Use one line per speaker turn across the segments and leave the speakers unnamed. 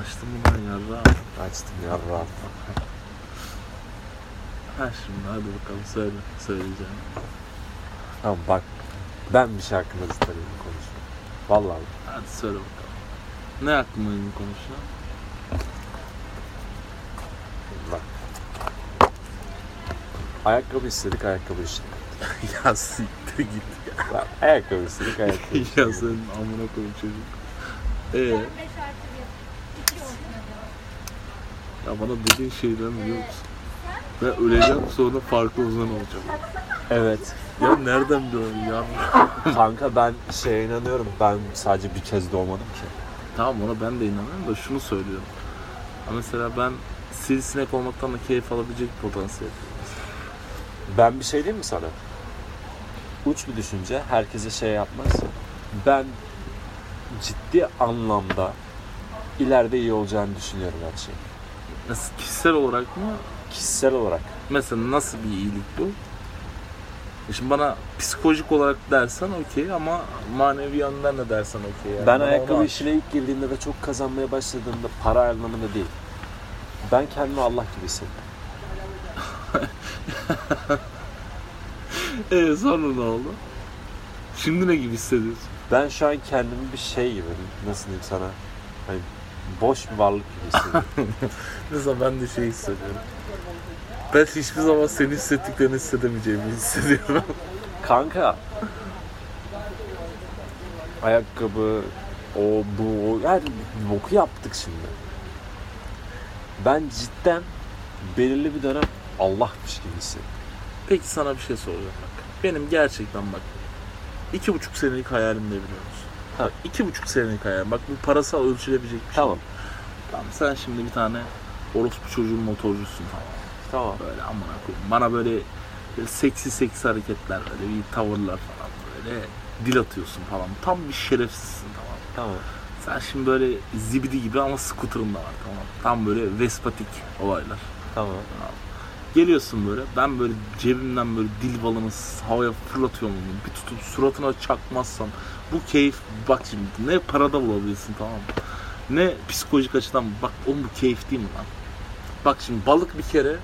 Açtım mı lan yarra?
Açtım ya rahat.
Ha şimdi hadi bakalım söyle söyleyeceğim.
Tamam bak. Ben bir şey hakkında isterim konuşuyorum. Vallahi.
Hadi söyle bakalım. Ne hakkında yine konuşuyor?
Bak. Ayakkabı istedik, ayakkabı istedik.
ya siktir git.
Bak, ayakkabı istedik, ayakkabı istedik.
ya senin amına koyayım çocuk. Ee,
5 artı 1. 2 olsun hadi.
ya bana dediğin şeyden
Ee,
biliyor musun? Ben öleceğim sonra farklı uzman olacağım.
Evet.
Ya nereden biliyorum ya?
Kanka ben şeye inanıyorum. Ben sadece bir kez doğmadım ki.
Tamam ona ben de inanıyorum da şunu söylüyorum. Ha mesela ben sivrisinek olmaktan da keyif alabilecek potansiyel.
Ben bir şey diyeyim mi sana? Uç bir düşünce herkese şey yapmaz. Ben ciddi anlamda ileride iyi olacağını düşünüyorum her şeyi.
Nasıl kişisel olarak mı?
Kişisel olarak.
Mesela nasıl bir iyilik bu? E Şimdi bana psikolojik olarak dersen okey ama manevi yönden de dersen okey. Yani.
Ben
Bana
ayakkabı
onu-
işine ilk girdiğimde ve çok kazanmaya başladığımda para anlamında değil. Ben kendimi Allah gibi hissettim.
Ee, sonra ne oldu? Şimdi ne gibi hissediyorsun?
Ben şu an kendimi bir şey gibi, nasıl diyeyim sana, hani boş bir varlık gibi hissediyorum.
Mesela ben de şey hissediyorum. Ben hiçbir zaman senin hissettiklerini hissedemeyeceğimi hissediyorum.
Kanka, ayakkabı, o, bu, o, yani boku yaptık şimdi. Ben cidden belirli bir dönem Allah'mış gibi hissettim.
Peki sana bir şey soracağım bak. Benim gerçekten bak iki buçuk senelik hayalim ne biliyor musun?
Ha.
Bak, iki buçuk senelik hayalim. Bak bu parasal ölçülebilecek bir şey.
Tamam,
Tamam, sen şimdi bir tane orospu çocuğun motorcusun falan.
tamam.
Böyle amına koyayım. Bana böyle, böyle seksi seksi hareketler böyle bir tavırlar falan böyle dil atıyorsun falan. Tam bir şerefsizsin tamam. mı?
Tamam.
Sen şimdi böyle zibidi gibi ama scooter'ın da var tamam. mı? Tam böyle vespatik olaylar.
Tamam.
Geliyorsun böyle ben böyle cebimden böyle dil balını havaya fırlatıyorum bunu. Bir tutup suratına çakmazsan bu keyif bak şimdi ne parada bulabilirsin tamam mı? Ne psikolojik açıdan bak oğlum bu keyif değil mi lan? Bak şimdi balık bir kere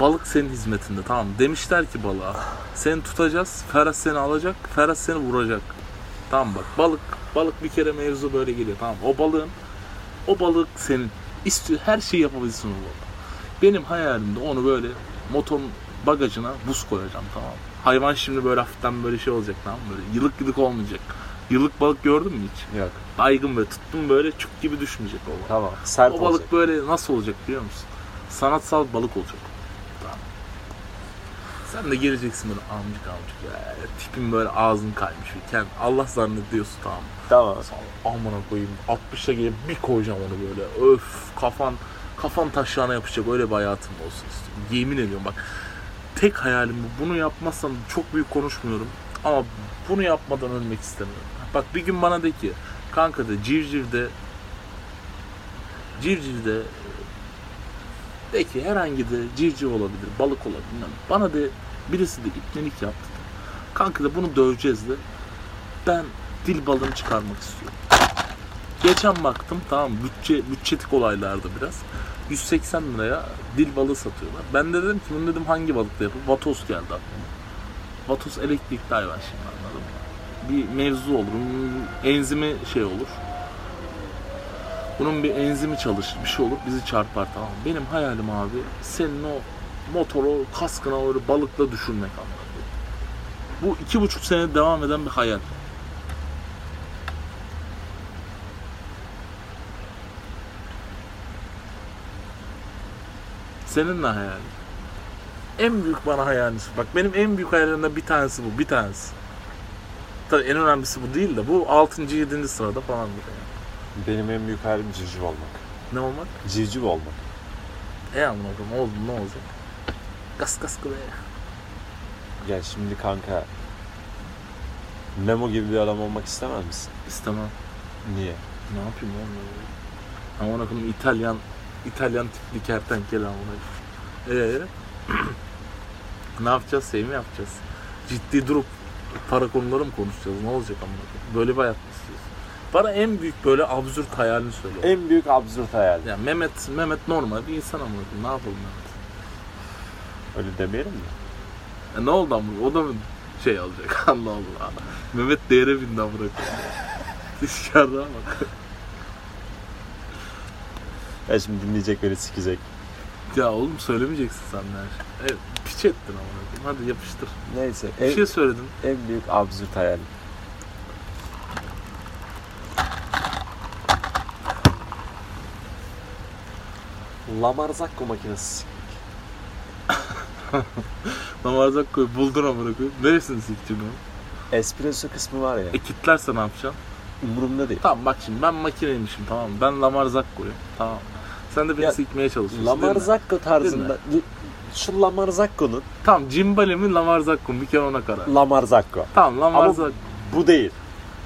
balık senin hizmetinde tamam mı? Demişler ki balığa seni tutacağız Ferhat seni alacak Ferhat seni vuracak. Tamam bak balık balık bir kere mevzu böyle geliyor tamam mı? o balığın o balık senin istiyor her şeyi yapabilirsin o balık. Benim hayalimde onu böyle motorun bagajına buz koyacağım tamam mı? Hayvan şimdi böyle hafiften böyle şey olacak tamam mı? Böyle yılık yılık olmayacak. Yılık balık gördün mü hiç?
Yok.
Baygın böyle tuttum böyle çuk gibi düşmeyecek o balık.
Tamam. Sert
O
olacak.
balık böyle nasıl olacak biliyor musun? Sanatsal balık olacak. Tamam. Sen de geleceksin böyle amcık amcık ya. Tipin böyle ağzın kaymış. Kend, Allah zannediyorsun tamam mı?
Tamam.
Sağ- Amına koyayım. 60'a gelip bir koyacağım onu böyle. Öf kafan kafan taşlarına yapışacak öyle bir hayatım olsun istiyorum. Yemin ediyorum bak. Tek hayalim bu. Bunu yapmazsam çok büyük konuşmuyorum. Ama bunu yapmadan ölmek istemiyorum. Bak bir gün bana de ki kanka de civcivde civcivde de ki herhangi de civciv olabilir, balık olabilir. bilmem. Bana de birisi de ipnelik yaptı. da, Kanka da bunu döveceğiz de ben dil balığını çıkarmak istiyorum. Geçen baktım tamam bütçe bütçetik olaylarda biraz. 180 liraya dil balığı satıyorlar. Ben de dedim ki bunu dedim hangi balıkta yapıp Vatos geldi aklıma. Vatos elektrikli hayvan şimdi anladım. Bir mevzu olur. Bunun enzimi şey olur. Bunun bir enzimi çalışır. Bir şey olur bizi çarpar tamam. mı? Benim hayalim abi senin o motoru kaskına öyle balıkla düşürmek anladın. mı? Bu iki buçuk sene devam eden bir hayal. Senin ne hayalin? En büyük bana hayaliniz. Bak benim en büyük hayallerimden bir tanesi bu. Bir tanesi. Tabii en önemlisi bu değil de bu 6. 7. sırada falan bir yani.
Benim en büyük hayalim civciv olmak.
Ne olmak?
Civciv olmak.
E anladım oldu ne olacak? Kas kas kıvı.
Ya şimdi kanka Nemo gibi bir adam olmak istemez misin?
İstemem.
Niye?
Ne yapayım oğlum ben böyle? Amına koyayım İtalyan İtalyan tipli kertenkele amına. koyayım. Ee, ne yapacağız? Şey mi yapacağız? Ciddi durup para konuları mı konuşacağız? Ne olacak amına? koyayım? Böyle bir hayat mı istiyorsun? Bana en büyük böyle absürt hayalini söyle.
En büyük absürt hayal.
Ya Mehmet Mehmet normal bir insan ama ne yapalım Mehmet?
Öyle demeyelim mi?
E ne oldu amına? O da mı şey alacak? Allah Allah. Mehmet değere bindi amına. Dışarıda bak.
Ya şimdi dinleyecek beni sikecek.
Ya oğlum söylemeyeceksin sen de her şeyi. Evet, piç ettin amına. koyayım. Hadi yapıştır.
Neyse.
Bir
En,
şey söyledin.
en büyük absürt hayal. Lamar Zacco makinesi.
Namazak koy. Buldun amına koyayım. Neresini siktin oğlum?
Espresso kısmı var ya.
E kitlerse ne yapacaksın?
Umurumda değil.
Tamam bak şimdi ben makineymişim tamam mı? Ben Lamar Zakko'yum tamam mı? Sen de beni
Ya,
sikmeye çalışıyorsun
Lamar
değil mi?
Zacco tarzında. Şu Lamar Zacco'nun
Tamam Cimbale mi Lamar Zakko mu? Bir kere ona karar.
Lamar Zacco.
Tamam Lamar
Ama-
Zakko.
Bu değil.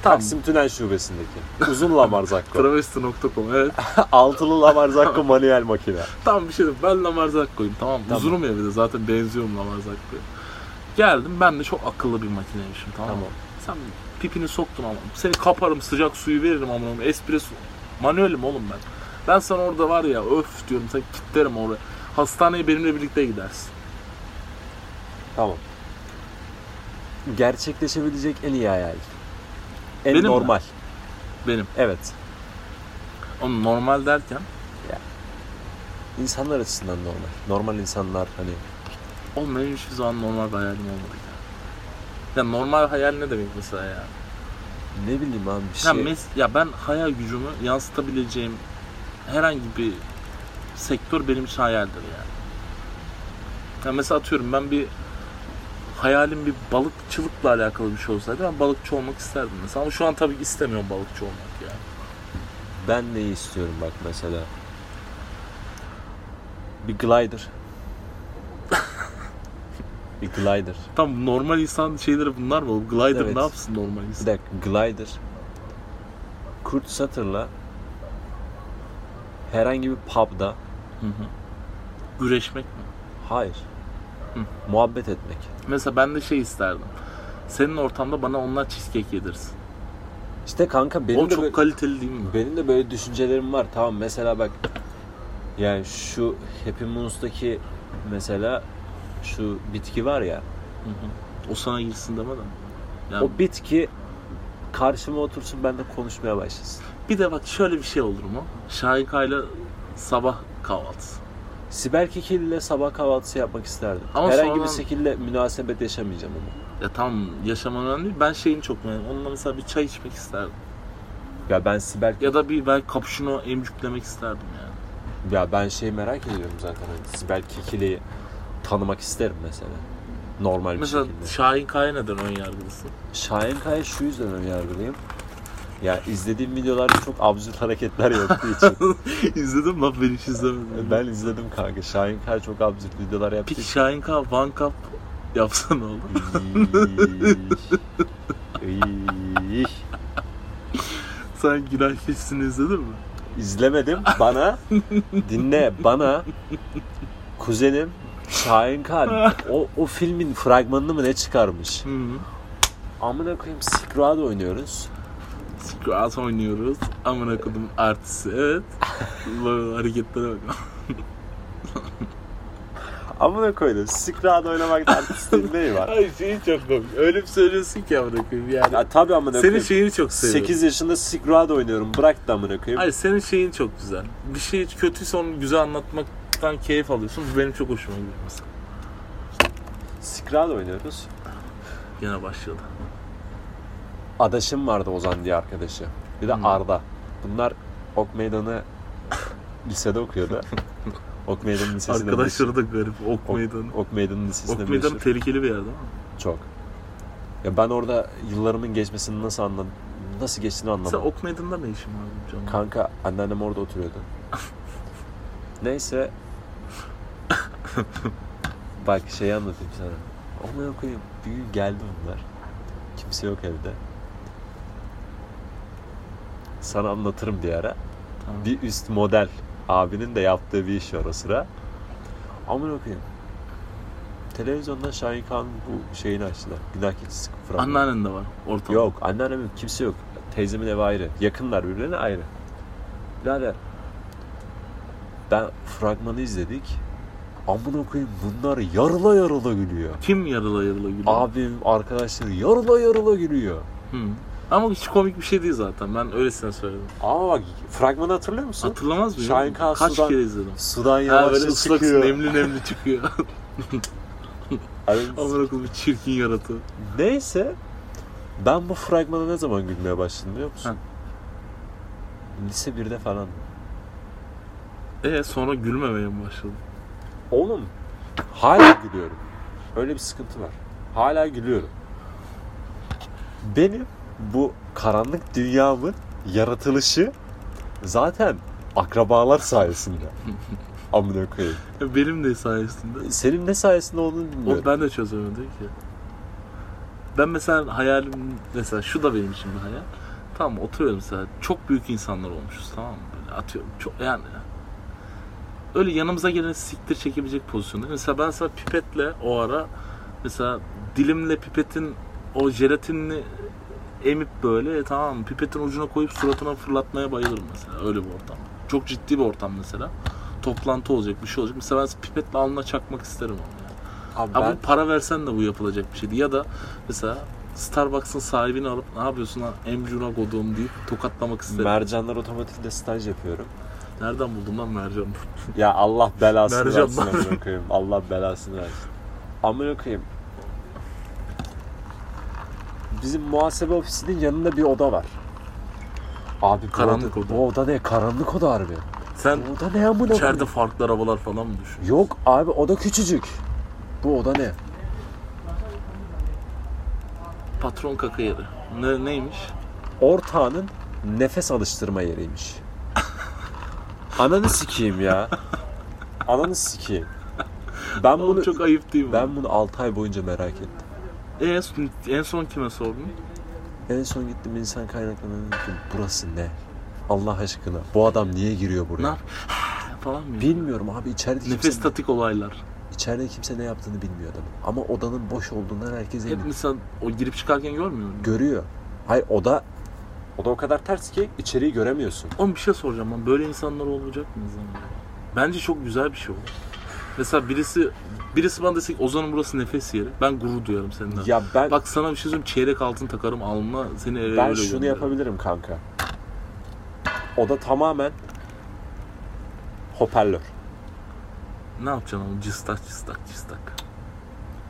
Tamam.
Taksim Tünel Şubesi'ndeki. Uzun Lamar Zacco.
Travesti.com evet.
Altılı Lamar Zacco manuel makine.
tamam bir şey yok. Ben Lamar Zakko'yum tamam mı?
Tamam.
Uzunum ya bir de zaten benziyorum Lamar Zakko'ya. Geldim ben de çok akıllı bir makineymişim tamam mı?
Tamam.
Sen pipini soktun ama. Seni kaparım sıcak suyu veririm ama koyayım. espresso. Manuelim oğlum ben. Ben sana orada var ya öf diyorum sen kitlerim oraya. Hastaneye benimle birlikte gidersin.
Tamam. Gerçekleşebilecek en iyi hayal. En
Benim mi?
normal.
Benim.
Evet.
Oğlum normal derken
İnsanlar açısından normal. Normal insanlar hani
Oğlum benim hiçbir zaman normal bir hayalim olmadı ya. Ya normal hayal ne demek mesela ya?
ne bileyim abi bir
Ya,
şey.
mes- ya ben hayal gücümü yansıtabileceğim herhangi bir sektör benim için hayaldir yani. Ya mesela atıyorum ben bir hayalim bir balıkçılıkla alakalı bir şey olsaydı ben balıkçı olmak isterdim mesela. Ama şu an tabii ki istemiyorum balıkçı olmak ya.
Ben neyi istiyorum bak mesela. Bir glider. bir glider.
Tam normal insan şeyleri bunlar mı? Glider
Evet.
ne yapsın normal
Bir
insan?
dakika glider. Kurt Sutter'la herhangi bir pub'da
Hı hı. Güreşmek mi?
hayır.
Hı.
Muhabbet etmek.
Mesela ben de şey isterdim. Senin ortamda bana onlar cheesecake yedirsin.
İşte kanka benim
Oğlum
de
çok
böyle-
kaliteli değil mi?
Benim de böyle düşüncelerim var. Tamam mesela bak yani şu Happy Moons'taki mesela şu bitki var ya.
Hı hı. O sana girsin demedim. Yani
O bitki karşıma otursun ben de konuşmaya başlasın.
bir de bak şöyle bir şey olur mu? Şahika'yla sabah kahvaltısı.
Sibel Kekil ile sabah kahvaltısı yapmak isterdim.
Ama
Herhangi
sonradan-
bir şekilde münasebet yaşamayacağım ama.
Ya tamam yaşaman önemli değil. Ben şeyini çok beğendim. Onunla mesela bir çay içmek isterdim.
Ya ben Sibel ya,
Ya da bir belki cappuccino emcüklemek isterdim yani.
ben şey merak ediyorum zaten. Hani Sibel Kekil'i tanımak isterim mesela. Normal bir
Mesela
şekilde.
Şahin Kaya neden ön yargılısın?
Şahin Kaya şu yüzden ön yargılıyım. Ya izlediğim videolarda çok absürt hareketler yaptığı için.
İzledim lan ben hiç izlemedim.
Ben izledim kanka. Şahin Kaya çok absürt videolar yaptı.
Peki Şahin Kaya One Cup yapsa ne olur?
İy. İy.
Sen Günah Keçisi'ni izledin mi?
İzlemedim. Bana dinle bana kuzenim Şahin Kaya o, o filmin fragmanını mı ne çıkarmış?
Hı hı.
Amına koyayım Sikra'da oynuyoruz.
Squat oynuyoruz. Amına kodum artisi. Evet. Lan hareketlere bak.
Amına koydum. Sikra'da oynamaktan artistin neyi var?
Ay şeyi çok komik. Öyle bir söylüyorsun ki amına koyayım yani.
Ya tabii amına
senin
koyayım.
şeyini çok seviyorum.
8 yaşında Sikra'da oynuyorum. Bırak da amına koyayım.
Hayır senin şeyin çok güzel. Bir şey kötüyse onu güzel anlatmaktan keyif alıyorsun. Bu benim çok hoşuma gidiyor mesela.
Sikra'da oynuyoruz.
Yine başladı.
Adaşım vardı Ozan diye arkadaşı. Bir de
Hmm.
Arda. Bunlar Ok Meydanı lisede okuyordu. ok Meydanı Lisesi'nde
Arkadaşları da garip. Ok
Ok-
meydanı.
Ok Meydanı Lisesi'nde
Ok meydanı
meşhur.
tehlikeli bir yer değil mi?
Çok. Ya ben orada yıllarımın geçmesini nasıl anladım? Nasıl geçtiğini
Sen
anlamadım.
ok meydanında ne işin var bu canım?
Kanka anneannem orada oturuyordu. Neyse. Bak şeyi anlatayım sana. Onu okuyayım. Bir gün geldi bunlar. Kimse yok evde. Sana anlatırım bir ara.
Tamam.
Bir üst model abinin de yaptığı bir iş var o sıra. Amına koyayım. Televizyonda Şahin Kağan'ın bu şeyini açtılar. Günah keçisi. fragmanı.
Anneannen de var ortada.
Yok anneannem yok. Kimse yok. Teyzemin evi ayrı. Yakınlar birbirine ayrı. Birader ben fragmanı izledik. Amına koyayım bunlar yarıla yarıla gülüyor.
Kim yarıla yarıla gülüyor?
Abim arkadaşları yarıla yarıla gülüyor.
Hı. Ama hiç komik bir şey değil zaten. Ben öylesine söyledim.
Ama bak fragmanı hatırlıyor musun?
Hatırlamaz mıyım?
Şahin Kaan
Kaç
Sudan-
kere izledim.
Sudan
Ha böyle
yavaşça
ıslak
çıkıyor.
nemli nemli çıkıyor.
Abi,
Amına koyayım bir çirkin yaratı.
Neyse ben bu fragmana ne zaman gülmeye başladım biliyor musun? Lise 1'de falan.
E sonra gülmemeye mi başladın?
Oğlum hala gülüyorum. Öyle bir sıkıntı var. Hala gülüyorum. Benim bu karanlık dünyamın yaratılışı zaten akrabalar sayesinde. Amına koyayım.
Ya Benim de sayesinde.
Senin ne sayesinde olduğunu
O
bilmiyorum.
ben de çözemedim ki. Ben mesela hayalim mesela şu da benim için bir hayal. Tamam oturuyorum mesela çok büyük insanlar olmuşuz tamam mı? Böyle atıyorum çok yani öyle yanımıza gelen siktir çekebilecek pozisyonda. Mesela ben mesela pipetle o ara mesela dilimle pipetin o jelatinini emip böyle tamam mı? pipetin ucuna koyup suratına fırlatmaya bayılırım mesela öyle bir ortam. Çok ciddi bir ortam mesela. Toplantı olacak bir şey olacak. Mesela ben pipetle alnına çakmak isterim onu. yani.
Abi
Ama
ben-
para versen de bu yapılacak bir şeydi. Ya da mesela Starbucks'ın sahibini alıp ne yapıyorsun lan emcuna kodum deyip tokatlamak isterim.
Mercanlar otomatikte staj yapıyorum.
Nereden buldun lan mercan?
Ya Allah belasını
Mercan
versin
var.
amına koyayım. Allah belasını versin. Amına koyayım. Bizim muhasebe ofisinin yanında bir oda var. Abi bu
Karanlık oda.
Bu oda ne? Karanlık oda harbi.
Sen
Bu oda ne amına
içeride
koyayım?
farklı arabalar falan mı düşün?
Yok abi oda küçücük. Bu oda ne?
Patron kaka yeri. Ne, neymiş?
Ortağının nefes alıştırma yeriymiş. Ananı sikeyim ya. Ananı sikeyim. Ben
Oğlum
bunu
çok ayıp değil mi?
ben bunu 6 ay boyunca merak ettim.
E, en son kime sordun?
En son gittim insan kaynaklarına dedim ki burası ne? Allah aşkına bu adam niye giriyor
Ne
buraya?
yap? falan mı?
Bilmiyorum abi içeride kimse,
Nefes tatik olaylar.
içeride kimse ne yaptığını bilmiyor adam. Ama odanın boş olduğundan herkes
Hep
emin.
mesela o girip çıkarken görmüyor musun?
Görüyor. Hayır oda oda o kadar ters ki içeriği göremiyorsun.
Oğlum bir şey soracağım lan. Böyle insanlar olacak mı zaman? Bence çok güzel bir şey olur. Mesela birisi birisi bana dese ki Ozan'ın burası nefes yeri. Ben gurur duyarım senden.
Ya ben
Bak sana bir şey söyleyeyim. Çeyrek altın takarım alnına seni eve
ben
öyle
şunu
gönderirim.
yapabilirim kanka. Oda tamamen hoparlör.
Ne yapacaksın oğlum? Cıstak cıstak cıstak.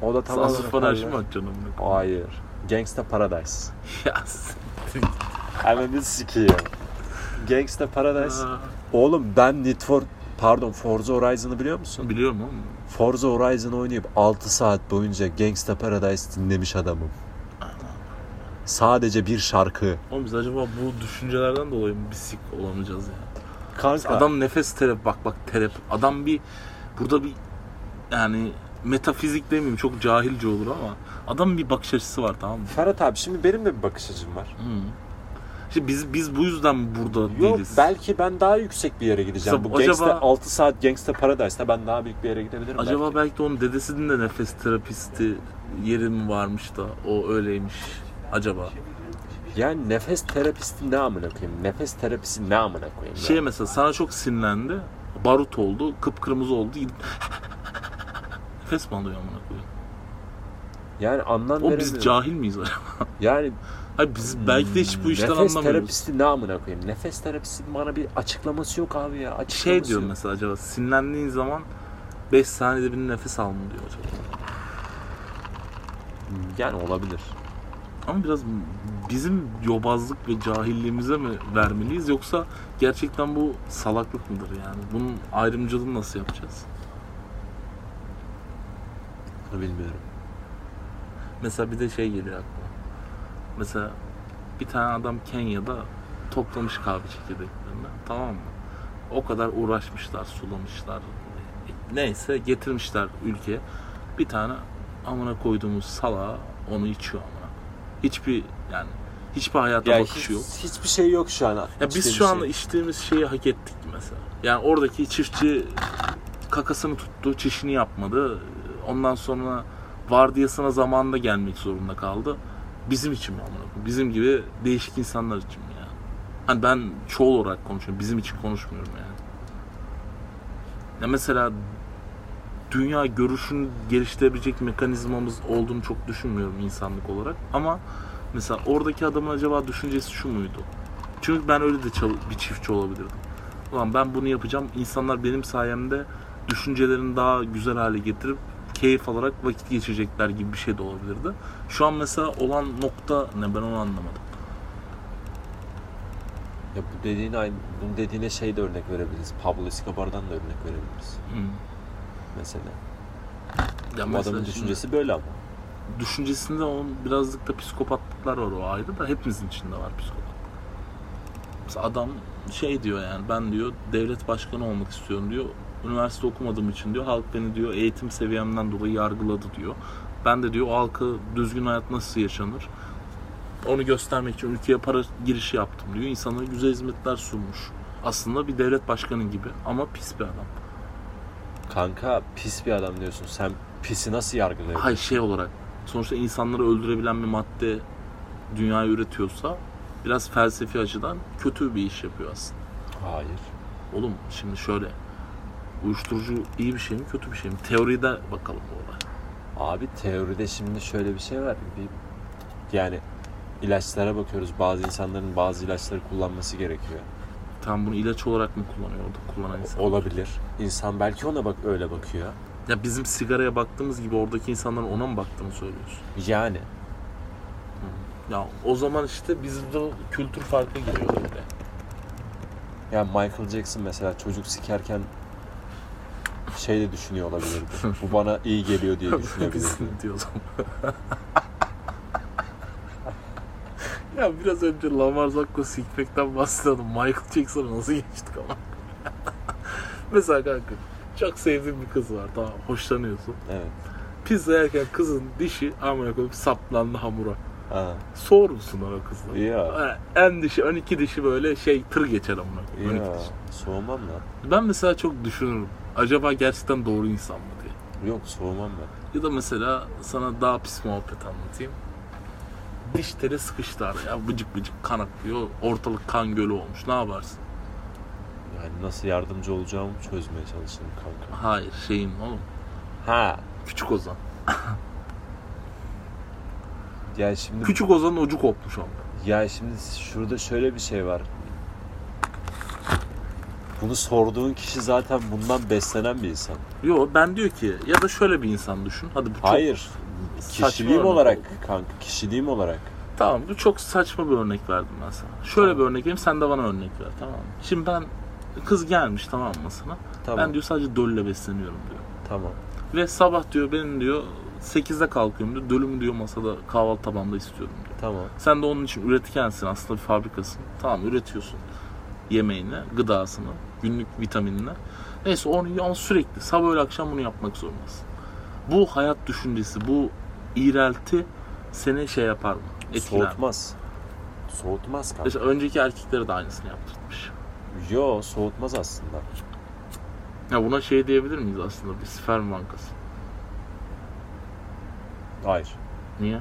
Oda
Tamam,
tamamen
Sen sıfır anarşi mi
hoparlör.
atacaksın oğlum?
Hayır. Gangsta Paradise.
Ya siktir git.
Hemen bir sikeyim. Gangsta Paradise.
Aa,
Oğlum ben Need for pardon Forza Horizon'ı biliyor musun?
Biliyorum oğlum.
Forza Horizon oynayıp 6 saat boyunca Gangsta Paradise dinlemiş adamım. Sadece bir şarkı.
Oğlum biz acaba bu düşüncelerden dolayı mı bisik olamayacağız ya?
Kanka
Adam nefes terap bak bak terap. Adam bir burada bir yani metafizik demeyeyim çok cahilce olur ama adam bir bakış açısı var tamam mı?
Ferhat abi şimdi benim de bir bakış açım var.
Hı. İşte biz biz bu yüzden burada
Yok
değiliz.
belki ben daha yüksek bir yere gideceğim.
Mesela
Bu gangsta,
acaba-
6 saat Gangsta Paradise'da ben daha büyük bir yere gidebilirim
Acaba
belki.
belki. de onun dedesinin de nefes terapisti yeri mi varmış da o öyleymiş acaba?
Yani nefes terapisti ne amına koyayım? Nefes terapisi ne amına koyayım?
Şey
ya?
mesela sana çok sinirlendi. Barut oldu, kıpkırmızı oldu. gidip nefes mi alıyor amına koyayım?
Yani anlam
O biz
veremiyorum.
cahil miyiz acaba?
yani
Hayır biz belki de hiç bu işten
nefes
anlamıyoruz.
terapisti ne amına koyayım? Nefes terapisti bana bir açıklaması yok abi ya. Açıklaması
Şey diyor
yok.
mesela acaba sinirlendiğin zaman 5 saniyede bir nefes al mı diyor acaba.
Yani olabilir.
Ama biraz bizim yobazlık ve cahilliğimize mi vermeliyiz yoksa gerçekten bu salaklık mıdır yani? Bunun ayrımcılığını nasıl yapacağız?
Bunu bilmiyorum.
Mesela bir de şey geliyor aklıma. Mesela bir tane adam Kenya'da toplamış kahve çekirdeklerini tamam mı? O kadar uğraşmışlar, sulamışlar. Neyse getirmişler ülkeye. Bir tane amına koyduğumuz salağa onu içiyor amına. Hiçbir yani hiçbir hayata
Ya
bakışı
hiç-
yok.
hiçbir şey yok şu an.
Ya biz
Hiçbir
şu
şey.
anda içtiğimiz şeyi hak ettik mesela. Yani oradaki çiftçi kakasını tuttu, çişini yapmadı. Ondan sonra vardiyasına zamanında gelmek zorunda kaldı. Bizim için mi amına koyayım? Bizim gibi değişik insanlar için mi ya? Hani ben çoğul olarak konuşuyorum. Bizim için konuşmuyorum yani. Ya mesela dünya görüşünü geliştirebilecek mekanizmamız olduğunu çok düşünmüyorum insanlık olarak. Ama mesela oradaki adamın acaba düşüncesi şu muydu? Çünkü ben öyle de çal- bir çiftçi olabilirdim. Ulan ben bunu yapacağım. İnsanlar benim sayemde düşüncelerini daha güzel hale getirip keyif alarak vakit geçirecekler gibi bir şey de olabilirdi. Şu an mesela olan nokta ne ben onu anlamadım.
Ya bu dediğin aynı, bunun dediğine şey de örnek verebiliriz. Pablo Escobar'dan da örnek verebiliriz
Hmm.
mesela.
Ya
Bu adamın
şimdi-
düşüncesi böyle ama.
düşüncesinde onun birazcık da psikopatlıklar var o ayrı da hepimizin içinde var psikopatlık. Mesela adam şey diyor yani ben diyor devlet başkanı olmak istiyorum diyor. Üniversite okumadığım için diyor halk beni diyor eğitim seviyemden dolayı yargıladı diyor. Ben de diyor o halka düzgün hayat nasıl yaşanır onu göstermek için ülkeye para girişi yaptım diyor. İnsanlara güzel hizmetler sunmuş. Aslında bir devlet başkanı gibi ama pis bir adam.
Kanka pis bir adam diyorsun. Sen pisi nasıl yargılıyorsun?
Hayır şey olarak sonuçta insanları öldürebilen bir madde dünyayı üretiyorsa biraz felsefi açıdan kötü bir iş yapıyor aslında.
Hayır.
Oğlum şimdi şöyle uyuşturucu iyi bir şey mi kötü bir şey mi? Teoride bakalım bu olay.
Abi teoride şimdi şöyle bir şey var. Bir, yani ilaçlara bakıyoruz. Bazı insanların bazı ilaçları kullanması gerekiyor.
Tam bunu ilaç olarak mı kullanıyor orada kullanan insan?
Olabilir. İnsan belki ona bak öyle bakıyor.
Ya bizim sigaraya baktığımız gibi oradaki insanların ona mı baktığını söylüyorsun?
Yani
Ya o zaman işte bizde kültür farkı giriyor öyle.
ya Michael Jackson mesela çocuk sikerken şey de düşünüyor olabilirdi. Bu bana iyi geliyor diye düşünebilirdi.
Bizim diyor o zaman. ya biraz önce Lamar Zacco sikmekten bahsediyordum. Michael Jackson'a nasıl geçtik ama. Mesela kanka çok sevdiğim bir kız var tamam hoşlanıyorsun.
Evet.
Pizza yerken kızın dişi amına koyup saplandı hamura.
Ha.
Soğur musun ona kızla?
Ya.
Ha, En dişi, ön iki dişi böyle şey tır geçer amına koyayım. Ön iki
Ya.
dişi.
Soğumam lan.
Ben mesela çok düşünürüm. Acaba gerçekten doğru insan mı diye.
Yok soğumam ben.
Ya da mesela sana daha pis muhabbet anlatayım. Diş teli sıkıştı araya. Bıcık bıcık kan akıyor. Ortalık kan gölü olmuş. Ne yaparsın?
Yani nasıl yardımcı olacağımı çözmeye çalışırım kanka.
Hayır şeyin oğlum.
Ha.
Küçük Ozan.
Ya şimdi
Küçük Ozan'ın ucu kopmuş ama.
Ya şimdi şurada şöyle bir şey var. Bunu sorduğun kişi zaten bundan beslenen bir insan.
Yo ben diyor ki ya da şöyle bir insan düşün. Hadi bu çok
Hayır.
saçma
Kişiliğim
örnek
olarak
oldu.
kanka, kişiliğim olarak.
Tamam bu çok saçma bir örnek verdim ben sana. Şöyle
Tamam.
bir örnek vereyim sen de bana örnek ver tamam mı? Şimdi ben kız gelmiş tamam mı sana?
Tamam.
Ben diyor sadece dölle besleniyorum diyor.
Tamam.
Ve sabah diyor benim diyor 8'de kalkıyorum diyor. Dölümü diyor masada kahvaltı tabağımda istiyorum diyor.
Tamam.
Sen de onun için üretkensin aslında bir fabrikasın. Tamam üretiyorsun yemeğini, gıdasını, günlük vitaminini. Neyse onu yiyorsun sürekli sabah öğle akşam bunu yapmak zorundasın. Bu hayat düşüncesi, bu iğrelti seni şey yapar mı? Etkiler mi?
Soğutmaz. Soğutmaz kanka.
Mesela önceki erkeklere de aynısını yaptırmış.
Yo soğutmaz aslında.
Ya buna şey diyebilir miyiz aslında bir sperm bankası?
Hayır.
Niye?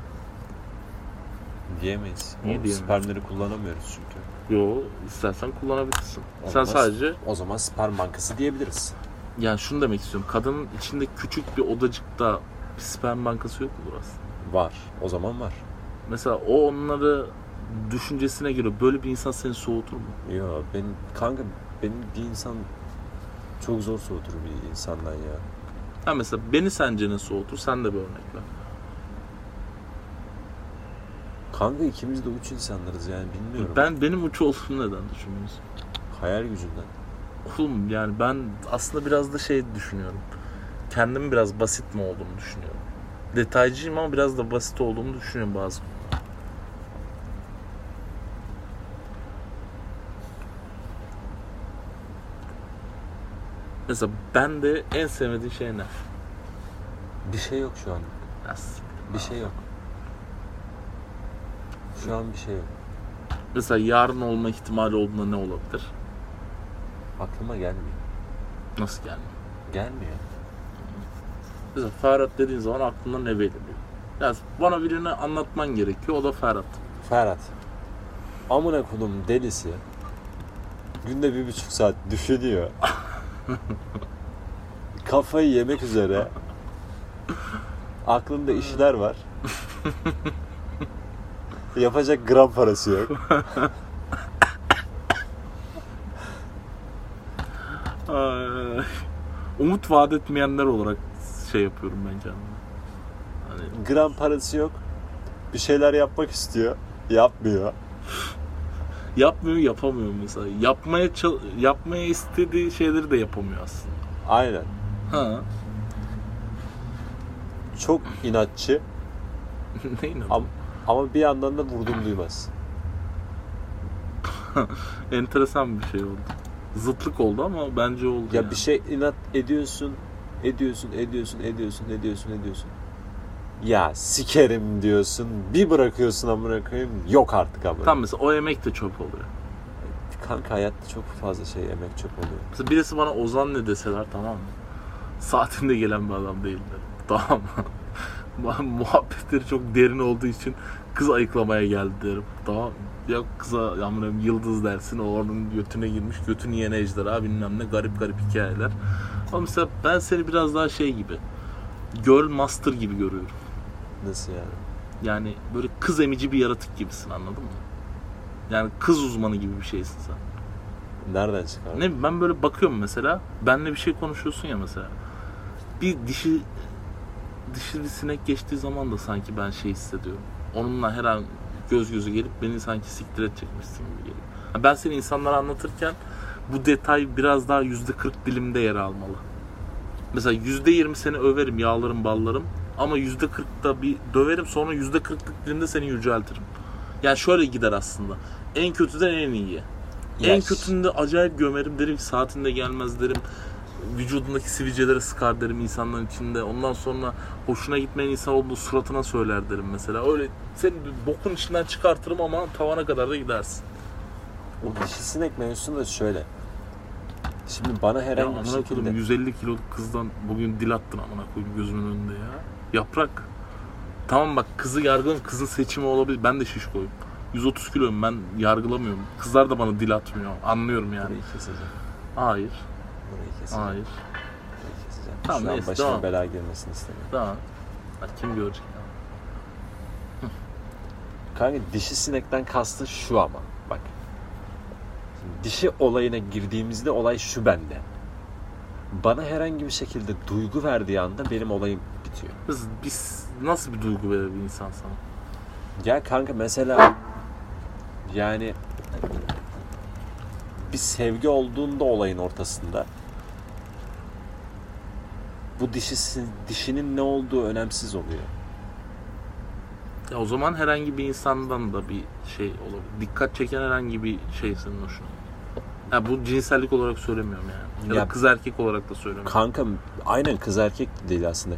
Diyemeyiz.
Niye
O
diyemeyiz?
spermleri kullanamıyoruz çünkü.
Yo, istersen kullanabilirsin. Sen
Olmaz.
sadece
O zaman sperm bankası diyebiliriz.
Yani şunu demek istiyorum. Kadının içinde küçük bir odacıkta bir sperm bankası yok mu burası?
Var. O zaman var.
Mesela o onları düşüncesine göre böyle bir insan seni soğutur mu?
Yo ben kanka benim bir insan çok zor soğutur bir insandan ya.
Ha mesela beni sence ne soğutur? Sen de bir örnek ver.
Kanka ikimiz de uç insanlarız yani bilmiyorum.
Ben benim uç olduğumu neden düşünmüyorsun?
Hayal gücünden.
Oğlum yani ben aslında biraz da şey düşünüyorum. Kendimi biraz basit mi olduğumu düşünüyorum. Detaycıyım ama biraz da basit olduğumu düşünüyorum bazı konularda. Mesela ben de en sevmediğim şey ne?
Bir şey yok şu an.
Ya siktir.
Bir şey yok. Şu an bir şey yok.
Mesela yarın olma ihtimali olduğunda ne olabilir?
Aklıma gelmiyor.
Nasıl gelmiyor?
Gelmiyor.
Mesela Ferhat dediğin zaman aklında ne belirliyor? Ya bana birini anlatman gerekiyor. O da Ferhat.
Ferhat. Amına kodum delisi. Günde bir buçuk saat düşünüyor. Kafayı yemek üzere. Aklında işler var. Yapacak gram parası yok.
Ay. Umut vaat etmeyenler olarak şey yapıyorum ben kendime. Hani
Gram parası yok. Bir şeyler yapmak istiyor. Yapmıyor.
yapmıyor yapamıyor mesela. Yapmaya çal- yapmaya istediği şeyleri de yapamıyor aslında.
Aynen.
Ha.
Çok inatçı
Neyin adı?
ama, ama bir yandan da vurdum duymaz.
Enteresan bir şey oldu. Zıtlık oldu ama bence oldu. yani.
Ya bir şey inat ediyorsun, ediyorsun, ediyorsun, ediyorsun, ediyorsun, ediyorsun. Ya sikerim diyorsun, bir bırakıyorsun amına koyayım, yok artık amına.
Tam mesela o yemek de çöp oluyor.
Kanka hayatta çok fazla şey yemek çöp oluyor.
Mesela birisi bana Ozan ne deseler tamam mı? Saatinde gelen bir adam değildi. Tamam mı? Mu- Muhabbetleri çok derin olduğu için kız ayıklamaya geldi derim. Tamam mı? Ya kıza ya amına yıldız dersin o onun götüne girmiş götünü yene ejderha bilmem ne garip garip hikayeler. Ama mesela ben seni biraz daha şey gibi Girl Master gibi görüyorum.
Nasıl yani?
Yani böyle kız emici bir yaratık gibisin anladın mı? Yani kız uzmanı gibi bir şeysin sen.
Nereden çıkardın?
Ne bileyim, ben böyle bakıyorum mesela. Benle bir şey konuşuyorsun ya mesela. Bir dişi dişi bir sinek geçtiği zaman da sanki ben şey hissediyorum. Onunla her an göz gözü gelip beni sanki siktir edecekmişsin gibi geliyor. Ha, Ben seni insanlara anlatırken bu detay biraz daha yüzde 40 dilimde yer almalı. Mesela yüzde 20 seni överim, yağlarım, ballarım. Ama yüzde 40'ta bir döverim sonra yüzde 40'lık dilimde seni yüceltirim. Yani şöyle gider aslında. En kötüden en iyiye.
Ya
En kötünde acayip gömerim derim ki saatinde gelmez derim. Vücudundaki sivilcelere sıkar derim insanların içinde. Ondan sonra hoşuna gitmeyen insan olduğu suratına söyler derim mesela. Öyle seni bir bokun içinden çıkartırım ama tavana kadar da gidersin.
O dişi sinek mevzusu da şöyle. Şimdi bana
Ya
herhangi bir
amına
şekilde...
koydum 150 kiloluk kızdan bugün dil attın amına koydum gözümün önünde ya. Yaprak. Tamam bak kızı yargılamıyorum. Kızın seçimi olabilir. Ben de şişkoyum. 130 kiloyum ben yargılamıyorum. Kızlar da bana dil atmıyor. Anlıyorum yani.
Burayı keseceğim.
Hayır.
Burayı keseceğim.
Hayır.
Burayı keseceğim.
Tamam,
Şu an
neyse,
başıma
devam.
bela girmesini istemiyorum.
Daha. Ha, kim görecek ya?
Kanka dişi sinekten kastı şu ama bak. Şimdi dişi olayına girdiğimizde olay şu bende. Bana herhangi bir şekilde duygu verdiği anda benim olayım bitiyor.
Biz, biz nasıl bir duygu verir bir insan sana?
Ya kanka mesela yani bir sevgi olduğunda olayın ortasında bu dişisi, dişinin ne olduğu önemsiz oluyor.
Ya o zaman herhangi bir insandan da bir şey olabilir. Dikkat çeken herhangi bir şey senin hoşuna. Ya bu cinsellik olarak söylemiyorum yani. Ya,
Ya-
da kız erkek olarak da söylemiyorum.
Kanka aynen kız erkek değil aslında.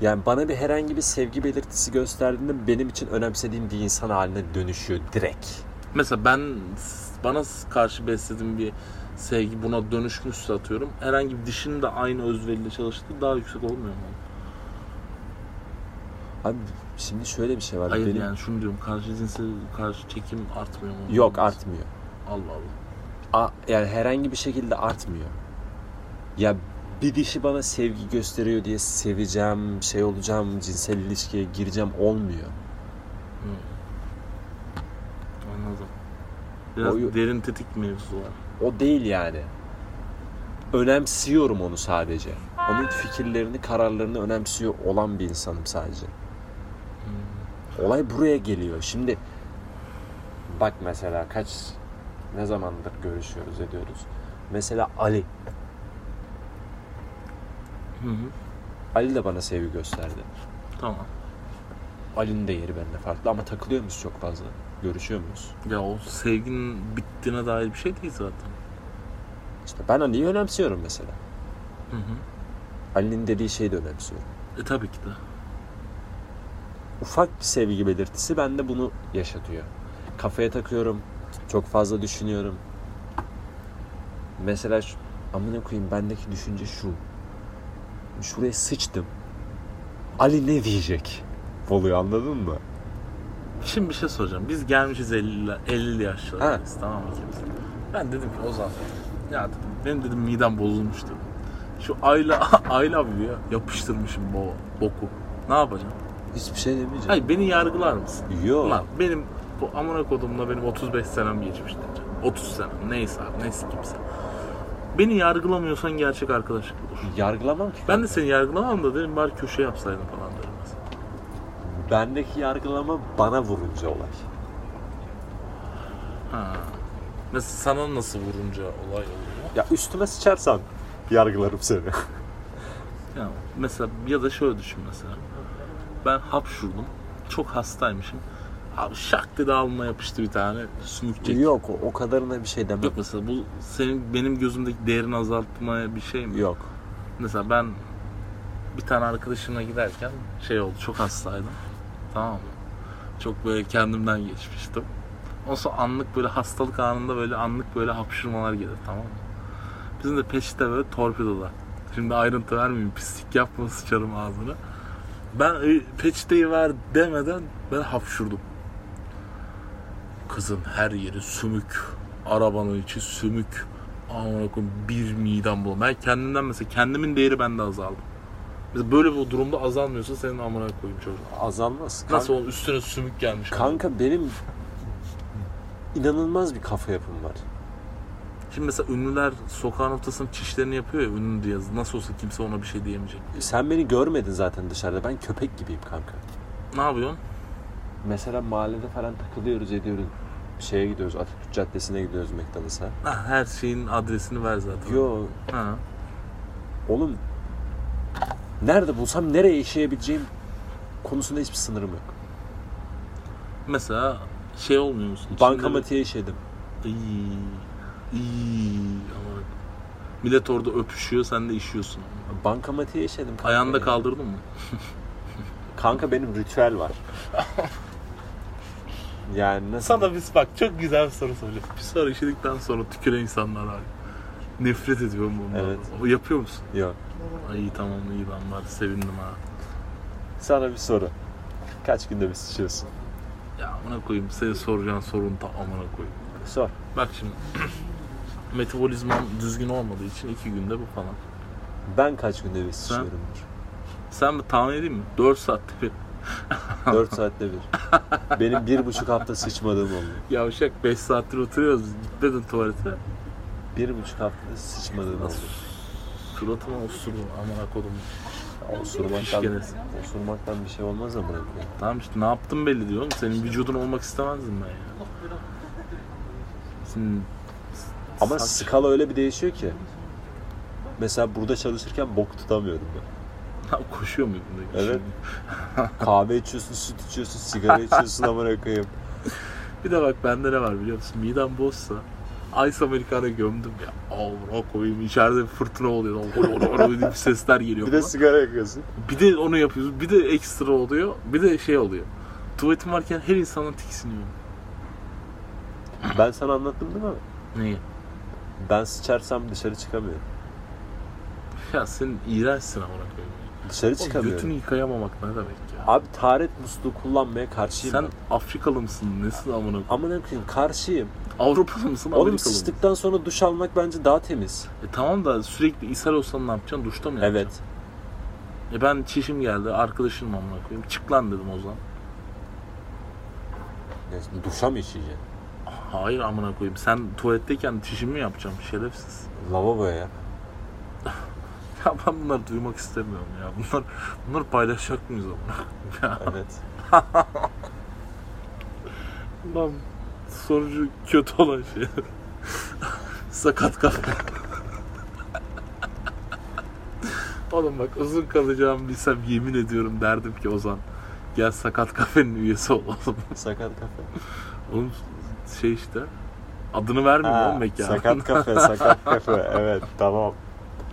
Yani bana bir herhangi bir sevgi belirtisi gösterdiğinde benim için önemsediğim bir insan haline dönüşüyor direkt.
Mesela ben bana karşı beslediğim bir sevgi buna dönüşmüşse atıyorum. Herhangi bir dişinin de aynı özveriyle çalıştığı daha yüksek olmuyor mu?
Abi şimdi şöyle bir şey var.
Hayır
benim...
yani şunu diyorum. Karşı cinsel karşı çekim artmıyor mu?
Yok artmıyor.
Allah Allah.
A- yani herhangi bir şekilde artmıyor. Ya bir dişi bana sevgi gösteriyor diye seveceğim, şey olacağım, cinsel ilişkiye gireceğim olmuyor.
Anladım. Biraz
O-
derin tetik mevzu var.
O değil yani. Önemsiyorum onu sadece. Onun fikirlerini, kararlarını önemsiyor olan bir insanım sadece. Olay buraya geliyor. Şimdi bak mesela kaç ne zamandır görüşüyoruz ediyoruz. Mesela Ali.
Hı hı.
Ali de bana sevgi gösterdi.
Tamam.
Ali'nin de yeri bende farklı ama takılıyor muyuz çok fazla? Görüşüyor muyuz?
Ya o sevginin bittiğine dair bir şey değil zaten.
İşte ben Ali'yi önemsiyorum mesela.
Hı hı.
Ali'nin dediği şeyi de önemsiyorum.
E tabii ki de.
Ufak bir sevgi belirtisi bende bunu yaşatıyor. Kafaya takıyorum. Çok fazla düşünüyorum. Mesela şu, amına koyayım bendeki düşünce şu. Şuraya sıçtım. Ali ne diyecek? oluyor anladın mı?
Şimdi bir şey soracağım. Biz gelmişiz 50'li 50 yaşlara.
Ha.
Tamam mı? Ben dedim ki Ozan ya dedim, benim dedim midem bozulmuş dedim. Şu Ayla Ayla abi ya yapıştırmışım bo boku. Ne yapacağım?
Hiçbir şey demeyeceğim.
Hayır beni yargılar mısın?
Yok.
Ulan benim bu amına kodumla benim 35 senem geçmiş diyeceğim. 30 senem neyse abi neyse kimse. Beni yargılamıyorsan gerçek arkadaşlık olur.
Yargılamam ki.
Ben de seni yargılamam da derim bari köşe yapsaydın falan derim. mesela.
Bendeki yargılama bana vurunca olay.
Ha. Mesela sana nasıl vurunca olay oluyor?
Ya üstüme sıçarsan yargılarım seni.
Ya mesela ya da şöyle düşün mesela. Ben hapşurdum. Çok hastaymışım. Abi şak dedi alnıma yapıştı bir tane sümükçe. Yok.
Yok o, o kadarına bir şey demem.
mesela bu senin benim gözümdeki değerini azaltmaya bir şey mi?
Yok.
Mesela ben bir tane arkadaşımla giderken şey oldu çok hastaydım. Tamam mı? Çok böyle kendimden geçmiştim. Ondan sonra anlık böyle hastalık anında böyle anlık böyle hapşırmalar gelir tamam mı? Bizim de peşte böyle torpidolar. Şimdi ayrıntı vermeyeyim pislik yapma sıçarım ağzına. Ben e, peçeteyi ver demeden ben hapşurdum. Kızın her yeri sümük. Arabanın içi sümük. Aman okuyum bir midem bul. Ben kendimden mesela kendimin değeri bende azaldı. Mesela böyle bir durumda azalmıyorsa senin amına koyayım çocuğum.
Azalmaz.
Nasıl oğlum üstüne sümük gelmiş.
Kanka benim inanılmaz bir kafa yapım var.
Şimdi mesela ünlüler sokağın ortasında çişlerini yapıyor ya ünlü diye yazı. Nasıl olsa kimse ona bir şey diyemeyecek.
Sen beni görmedin zaten dışarıda. Ben köpek gibiyim kanka.
Ne yapıyorsun?
Mesela mahallede falan takılıyoruz ediyoruz. Şeye gidiyoruz Atatürk Caddesi'ne gidiyoruz McDonald's'a.
Ha, her şeyin adresini ver zaten.
Yo
Ha.
oğlum nerede bulsam nereye işeyebileceğim konusunda hiçbir sınırım yok.
Mesela şey olmuyor musun? İçinde bir-
Bankamatiğe işedim.
İyi. İyi. Aman. Millet orada öpüşüyor sen de işiyorsun.
Bankamatiğe işedim. Kanka
Ayağında
ya.
kaldırdın mı?
Kanka benim ritüel var. yani nasıl?
biz bak çok güzel bir soru soracağım. Bir soru işledikten sonra tüküren insanlar abi. Nefret ediyorum bundan.
Evet.
O Yapıyor musun?
Yok.
Ay iyi tamam iyi ben var sevindim ha.
Sana bir soru. Kaç günde bir sıçıyorsun?
Ya amına koyayım seni soracağın sorun da amına koyayım.
Sor.
Bak şimdi metabolizmam düzgün olmadığı için iki günde bu falan.
Ben kaç günde bir sıçıyorumdur?
Sen bir tahmin edeyim mi? 4 saatte bir.
4 saatte bir. Benim bir buçuk hafta sıçmadığım oldu.
Yavşak 5 saattir oturuyoruz. Gitmedin tuvalete.
Bir buçuk hafta sıçmadığım oldu.
Suratıma osurdum amına kodum.
Ya Osurmaktan,
İşkenesi.
osurmaktan bir şey olmaz ama bırakıyor.
Tamam işte ne yaptım belli diyorum. Senin vücudun olmak istemezdim ben ya. Senin
Ama
saç-
skala öyle bir değişiyor ki. Mesela burada çalışırken bok tutamıyorum ben.
Ha, koşuyor muydun? da
Evet. Kahve içiyorsun, süt içiyorsun, sigara içiyorsun ama bırakayım.
Bir de bak bende ne var biliyor musun? Midem bozsa Ice Americana gömdüm ya. Avra koyayım içeride bir fırtına oluyor. Oru oru oru diye bir sesler geliyor.
Bir
falan.
de sigara yakıyorsun.
Bir de onu yapıyoruz. Bir de ekstra oluyor. Bir de şey oluyor. Tuvaletim varken her insandan tiksiniyorum.
Ben sana anlattım değil mi?
Neyi?
Ben sıçarsam dışarı çıkamıyorum.
Ya sen iğrençsin amına koyayım.
Dışarı
Oğlum, Götünü
çıkamıyorum.
yıkayamamak ne demek ya?
Abi taharet musluğu kullanmaya karşıyım
Sen
ben.
Afrikalı mısın? Nesin amına koyayım?
Ama ne koyayım karşıyım.
Avrupalı mısın?
Oğlum
Amerikalı mısın?
sıçtıktan sonra duş almak bence daha temiz.
E tamam da sürekli ishal olsan ne yapacaksın? Duşta mı yapacaksın? E
Evet.
ben çişim geldi. Arkadaşım amına koyayım. Çık lan dedim o zaman.
Ya, duşa mı işeyeceksin?
Hayır amına koyayım. Sen tuvaletteyken çişimi yapacağım şerefsiz.
Lavaboya ya.
Ya ben bunları duymak istemiyorum ya. Bunlar bunları paylaşacak mıyız amına?
Evet.
Lan sonucu kötü olan şey. Sakat kal. Oğlum bak uzun kalacağımı bilsem yemin ediyorum derdim ki Ozan gel sakat kafenin üyesi ol oğlum.
Sakat kafe.
Oğlum şey işte. Adını vermiyorum
Ha,
oğlum mekanın.
sakat kafe, sakat kafe. Evet tamam.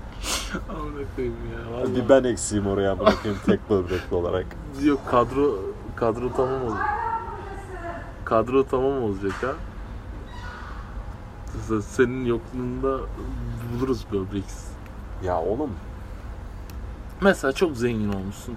Amına koyayım ya. vallahi.
Bir ben eksiğim oraya bırakayım tek böbrekli olarak.
Yok kadro kadro tamam olacak. Kadro tamam olacak ha. Se- Senin yokluğunda buluruz böbreksiz.
Ya oğlum
Mesela çok zengin olmuşsun.